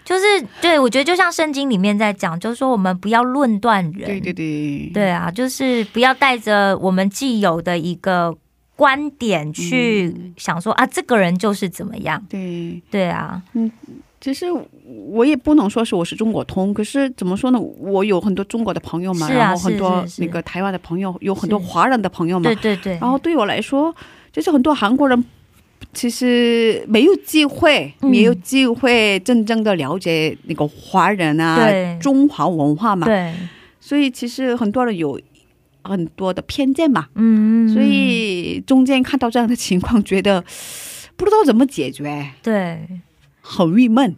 Speaker 5: 就是对我觉得就像圣经里面在讲，就是说我们不要论断人，
Speaker 4: 对，
Speaker 5: 对啊，就是不要带着我们既有的一个观点
Speaker 4: 嗯
Speaker 5: 去想说、啊，这个人就是怎么样。
Speaker 4: 对，
Speaker 5: 对啊，
Speaker 4: 其实我也不能说是我是中国通，可是怎么说呢？我有很多中国的朋友嘛，
Speaker 5: 是啊
Speaker 4: 然后很多
Speaker 5: 是是是
Speaker 4: 那个台湾的朋友，有很多华人的朋友嘛
Speaker 5: 对。对对，
Speaker 4: 嗯然后对我来说，就是很多韩国人。其实没有机会，
Speaker 5: 嗯
Speaker 4: 没有机会真正的了解那个华人啊
Speaker 5: 对，
Speaker 4: 中华文化嘛。
Speaker 5: 对，
Speaker 4: 所以其实很多人有很多的偏见嘛。
Speaker 5: 嗯，嗯
Speaker 4: 所以中间看到这样的情况，觉得不知道怎么解决，
Speaker 5: 对，
Speaker 4: 很郁闷。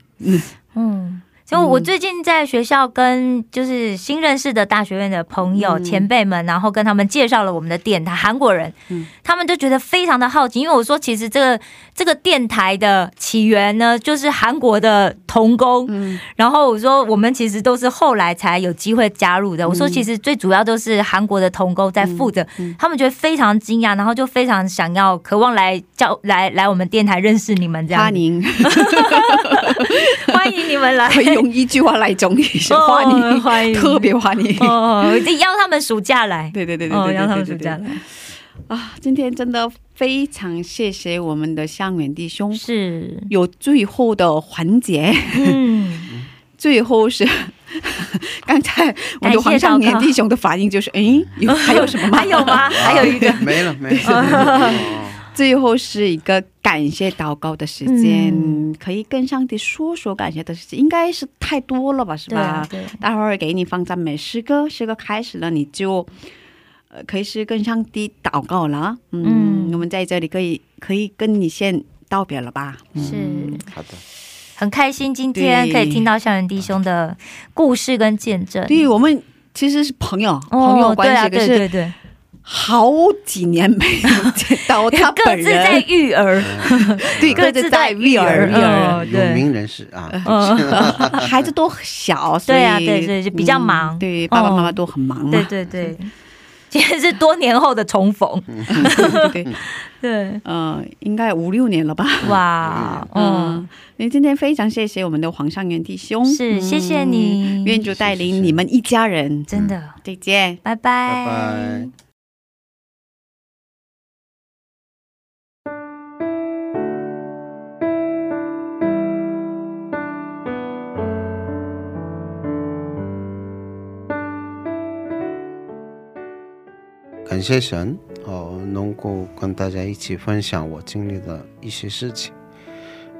Speaker 5: 嗯，就我最近在学校跟就是新认识的大学院的朋友、前辈们，然后跟他们介绍了我们的电台，韩国人，他们就觉得非常的好奇，因为我说其实这个这个电台的起源呢，就是韩国的童工，然后我说我们其实都是后来才有机会加入的，我说其实最主要都是韩国的童工在负责，他们觉得非常惊讶，然后就非常想要渴望来叫来来我们电台认识你们这样
Speaker 4: 欢
Speaker 5: 子，
Speaker 4: 迎，
Speaker 5: 欢迎你们来，
Speaker 4: 可以用一句话来总结，是欢
Speaker 5: 哦
Speaker 4: 迎，
Speaker 5: 欢迎
Speaker 4: 特别欢迎。
Speaker 5: 哦，我得邀他们暑假来。
Speaker 4: 对对对对
Speaker 5: 哦，
Speaker 4: 对
Speaker 5: 邀他
Speaker 4: 对
Speaker 5: 们
Speaker 4: 对
Speaker 5: 暑
Speaker 4: 对
Speaker 5: 假来。
Speaker 4: 啊！今天真的非常谢谢我们的香远弟兄，
Speaker 5: 是，
Speaker 4: 有最后的环节，
Speaker 5: 嗯，
Speaker 4: 最后 是刚才我们的黄上年弟兄的反应就是，诶，有还有什么吗？
Speaker 5: 还 有？吗？还有一个，
Speaker 6: 啊没了没 了。哦
Speaker 4: 最后是一个感谢祷告的时间，
Speaker 5: 嗯
Speaker 4: 可以跟上帝说说感谢的事情，应该是太多了吧，是
Speaker 5: 对
Speaker 4: 吧
Speaker 5: 啊？，对，
Speaker 4: 待会儿给你放赞美诗歌，诗歌开始了，你就呃可以是跟上帝祷告了。嗯，
Speaker 5: 嗯
Speaker 4: 我们在这里可以可以跟你先道别了吧？嗯
Speaker 5: 是
Speaker 6: 好的，
Speaker 5: 很开心今天
Speaker 4: 对
Speaker 5: 可以听到校园弟兄的故事跟见证。
Speaker 4: 对我们其实是朋友，朋友
Speaker 5: 哦
Speaker 4: 关
Speaker 5: 对啊
Speaker 4: 系，可
Speaker 5: 对
Speaker 4: 是
Speaker 5: 对对，
Speaker 4: 好几年没有见 到他
Speaker 5: 各
Speaker 4: 本
Speaker 5: 自在
Speaker 4: 人，
Speaker 5: 育儿，
Speaker 4: 对，
Speaker 5: 各
Speaker 4: 各
Speaker 5: 自
Speaker 4: 自
Speaker 5: 在
Speaker 4: 在育儿，育儿，
Speaker 5: 哦
Speaker 6: 有
Speaker 5: 对，
Speaker 6: 名人士啊，
Speaker 5: 嗯
Speaker 4: 孩子都小，所以
Speaker 5: 对啊对对就比较忙
Speaker 4: 嗯对，爸爸
Speaker 5: 哦
Speaker 4: 妈妈都很忙啊嘛，
Speaker 5: 对对对，今天是多年后的重逢，
Speaker 4: 嗯 对对对，
Speaker 5: 对，
Speaker 4: 呃，应该五六年了 吧。
Speaker 5: 哇，嗯，
Speaker 4: 嗯，那今天非常谢谢我们的黄尚元弟兄，
Speaker 5: 是，谢谢
Speaker 4: 嗯，
Speaker 5: 你，
Speaker 4: 愿主带领你们一家人，
Speaker 5: 真的，
Speaker 4: 再见。
Speaker 5: 拜
Speaker 6: 拜
Speaker 5: 拜，
Speaker 6: 拜。感谢神哦，能够跟大家一起分享我经历的一些事情。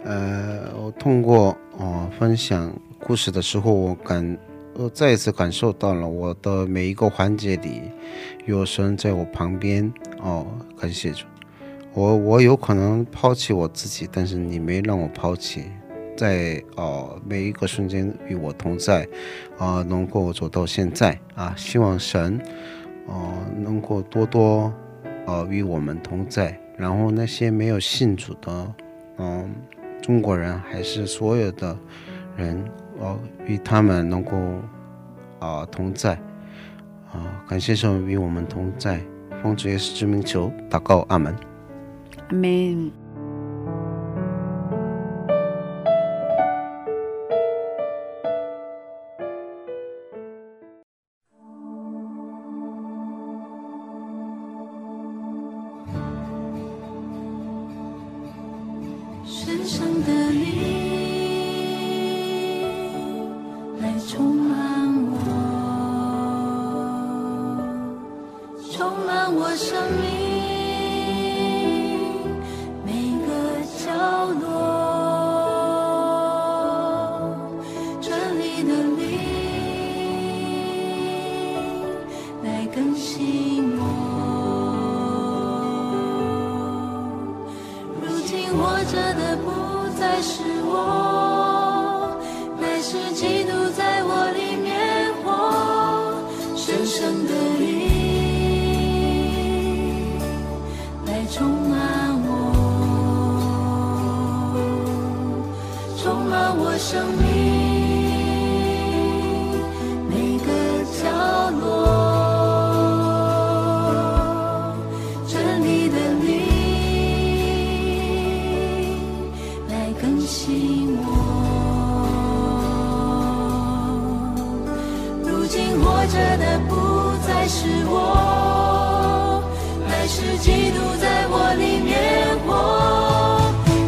Speaker 6: 呃，我通过哦分享故事的时候，我感我再一次感受到了我的每一个环节里有神在我旁边哦，感谢主。我我有可能抛弃我自己，但是你没让我抛弃，在哦每一个瞬间与我同在，啊、能够走到现在啊，希望神哦、能够多多呃与我们同在。然后那些没有信主的，嗯、中国人还是所有的人，哦、与他们能够啊、同在，啊、感谢神与我们同在，奉主耶稣之名求，祷告，阿门。
Speaker 4: 阿门。
Speaker 1: 深深的你来充满我，充满我生命每个角落。真理的灵来更新我。如今活着的不再是我，乃是基督在我里面活，深深的灵来充满我，充满我生命每个角落，真理的灵来更新我。如今活着的不再是我，乃是基督在我里面活，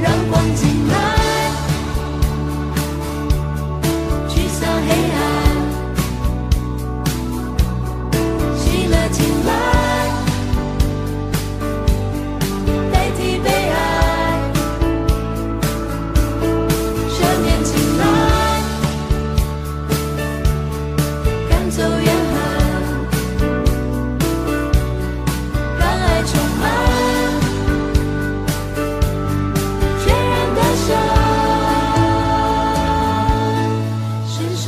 Speaker 1: 让光进来，驱散黑暗，喜乐进来，代替悲哀，赦免进来。赶走怨恨，让爱充满全然的神，深深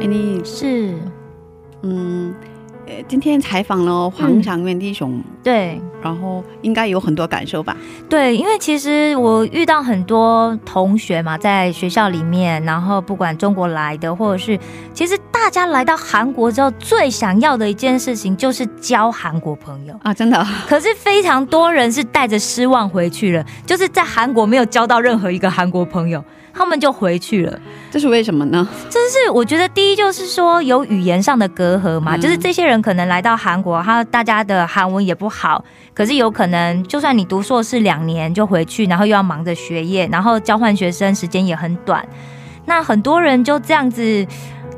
Speaker 4: 哎你
Speaker 5: 是，
Speaker 4: 嗯，呃今天采访了黄长远弟兄，
Speaker 5: 对
Speaker 4: 然后应该有很多感受吧？
Speaker 5: 对，因为其实我遇到很多同学嘛，在学校里面，然后不管中国来的，或者是其实大家来到韩国之后，最想要的一件事情就是交韩国朋友。
Speaker 4: 啊，真的，
Speaker 5: 可是非常多人是带着失望回去了，就是在韩国没有交到任何一个韩国朋友，他们就回去了。
Speaker 4: 这是为什么呢？
Speaker 5: 真是，我觉得第一就是说有语言上的隔阂嘛，
Speaker 4: 嗯
Speaker 5: 就是这些人可能来到韩国，他大家的韩文也不好，可是有可能就算你读硕士两年就回去，然后又要忙着学业，然后交换学生时间也很短，那很多人就这样子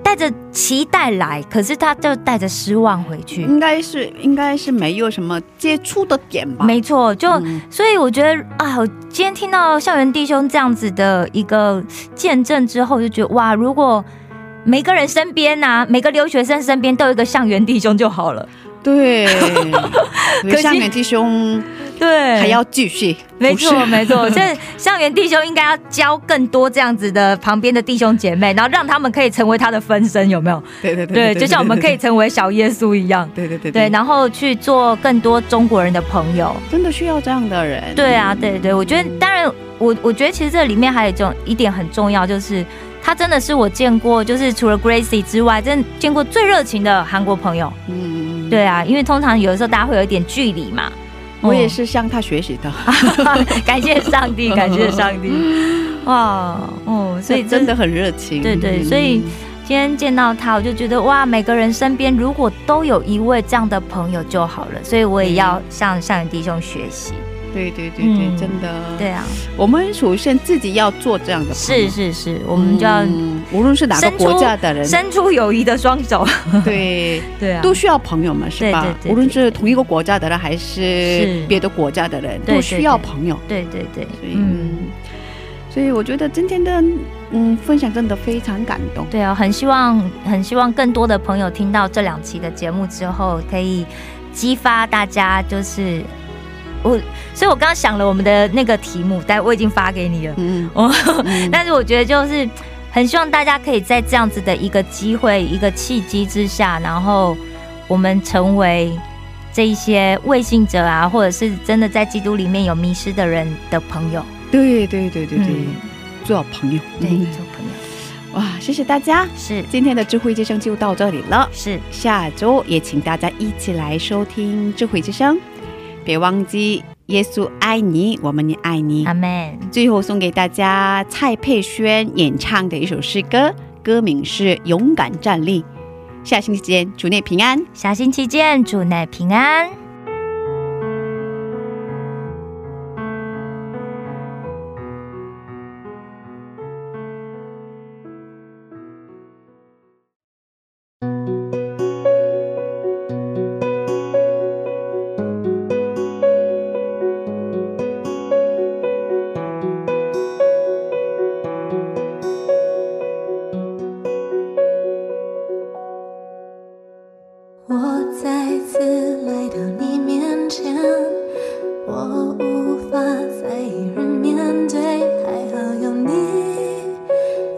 Speaker 5: 带着期待来，可是他就带着失望回去。
Speaker 4: 应该是应该是没有什么接触的点吧？
Speaker 5: 没错，就、
Speaker 4: 嗯
Speaker 5: 所以我觉得啊，我今天听到校园弟兄这样子的一个见证之后，就觉得哇，如果每个人身边呐、每个留学生身边都有一个校园弟兄就 好了。
Speaker 4: 对，
Speaker 5: 可惜
Speaker 4: 上面弟兄
Speaker 5: 对，
Speaker 4: 还要继续，
Speaker 5: 没
Speaker 4: 不
Speaker 5: 错
Speaker 4: 是
Speaker 5: 没错，这校园弟兄应该要交更多这样子的旁边的弟兄姐妹，然后让他们可以成为他的分身，有没有？
Speaker 4: 对对对
Speaker 5: 对，就像我们可
Speaker 4: 以，
Speaker 5: 以成为小耶稣一样。
Speaker 4: 对对对
Speaker 5: 对，，然后去做更多中国人的朋友。
Speaker 4: 真的需要这样的人，
Speaker 5: 对啊，对对，我觉得当然，我我觉得其实这里面还有一种一点很重要，就是他真的是我见过，就是除了 Gracie 之外，真的见过最热情的韩国朋友。
Speaker 4: 嗯，嗯，嗯
Speaker 5: 对啊，因为通常有的时候大家会有一点距离嘛。
Speaker 4: 我
Speaker 5: 哦
Speaker 4: 也是向他学习的，
Speaker 5: 嗯， 感谢上 帝，感谢上帝。哇，哦，所以
Speaker 4: 真
Speaker 5: 真的
Speaker 4: 的很热情，嗯
Speaker 5: 对对所以今天见到他，我就觉得哇，每个人身边如果都有一位这样的朋友就好了。所以我也要向上元弟兄学习。
Speaker 4: 对对对对，
Speaker 5: 嗯
Speaker 4: 真的，
Speaker 5: 对，啊，
Speaker 4: 我们首先自己要做这样的朋友，
Speaker 5: 是是是，我们就要。
Speaker 4: 嗯无论是哪个国家的人，
Speaker 5: 伸出友谊的双手。
Speaker 4: 对，
Speaker 5: 对啊
Speaker 4: 都需要朋友们是吧？
Speaker 5: 对对对对
Speaker 4: 无论是同一个国家的人还是
Speaker 5: 是
Speaker 4: 别的国家的人，
Speaker 5: 对对
Speaker 4: 都需要朋友。
Speaker 5: 对对对
Speaker 4: 所，以，
Speaker 5: 嗯，
Speaker 4: 嗯，所以我觉得今天的嗯分享真的非常感动。
Speaker 5: 对啊，很希望很希望更多的朋友听到这两期的节目之后，可以激发大家就是我，所以我刚刚想了我们的那个题目，但我已经发给你了。
Speaker 4: 嗯，
Speaker 5: 哦，
Speaker 4: 嗯
Speaker 5: 但是我觉得就是很希望大家可以在这样子的一个机会、一个契机之下，然后我们成为这一些未信者啊，或者是真的在基督里面有迷失的人的朋友。
Speaker 4: 对对对对对
Speaker 5: 嗯，
Speaker 4: 做朋友。
Speaker 5: 对，
Speaker 4: 嗯
Speaker 5: 做朋友
Speaker 4: 哇，谢谢大家，
Speaker 5: 是
Speaker 4: 今天的智慧之声就到这里了。
Speaker 5: 是，
Speaker 4: 下周也请大家一起来收听智慧之声，别忘记耶稣爱你，我们也爱你。
Speaker 5: 阿门。
Speaker 4: 最后送给大家蔡佩轩演唱的一首诗歌，歌名是《勇敢站立》。下星期见，主内平安。
Speaker 5: 下星期见，祝乃平安。
Speaker 3: 我再次来到你面前，我无法再一人面对，还好有你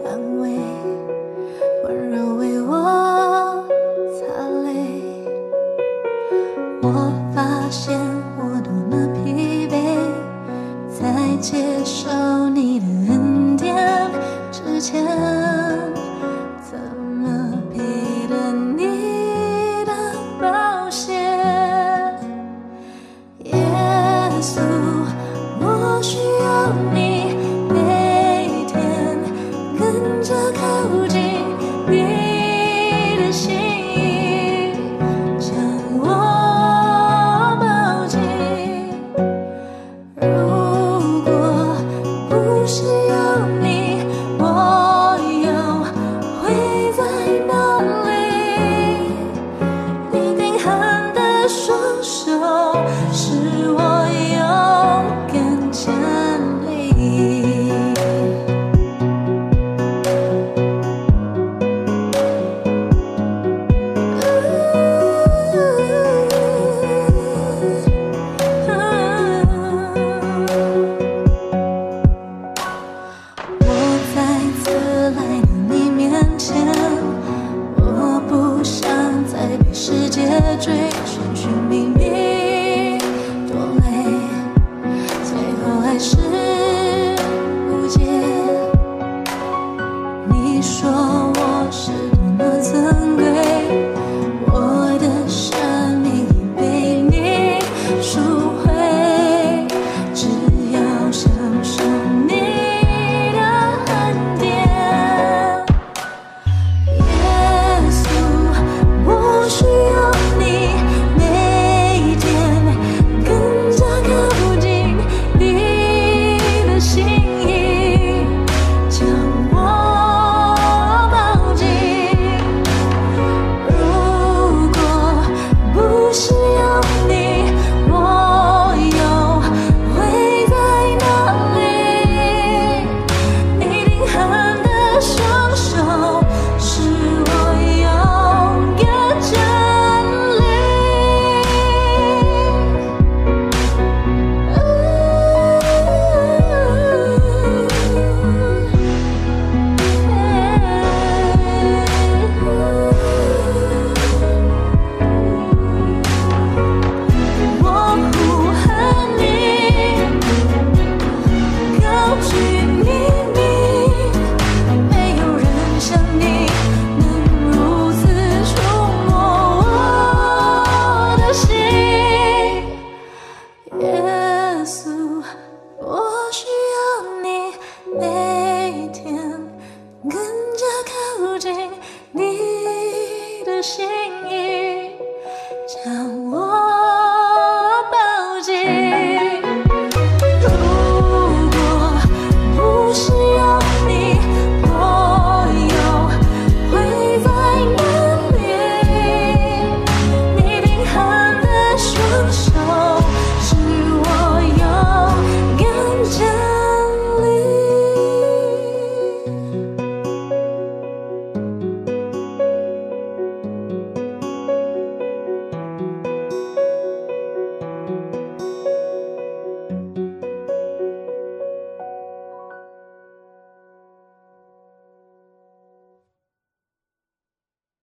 Speaker 3: 安慰，温柔为我擦泪。我发现我多么疲惫，在接受你的恩典之前，怎么？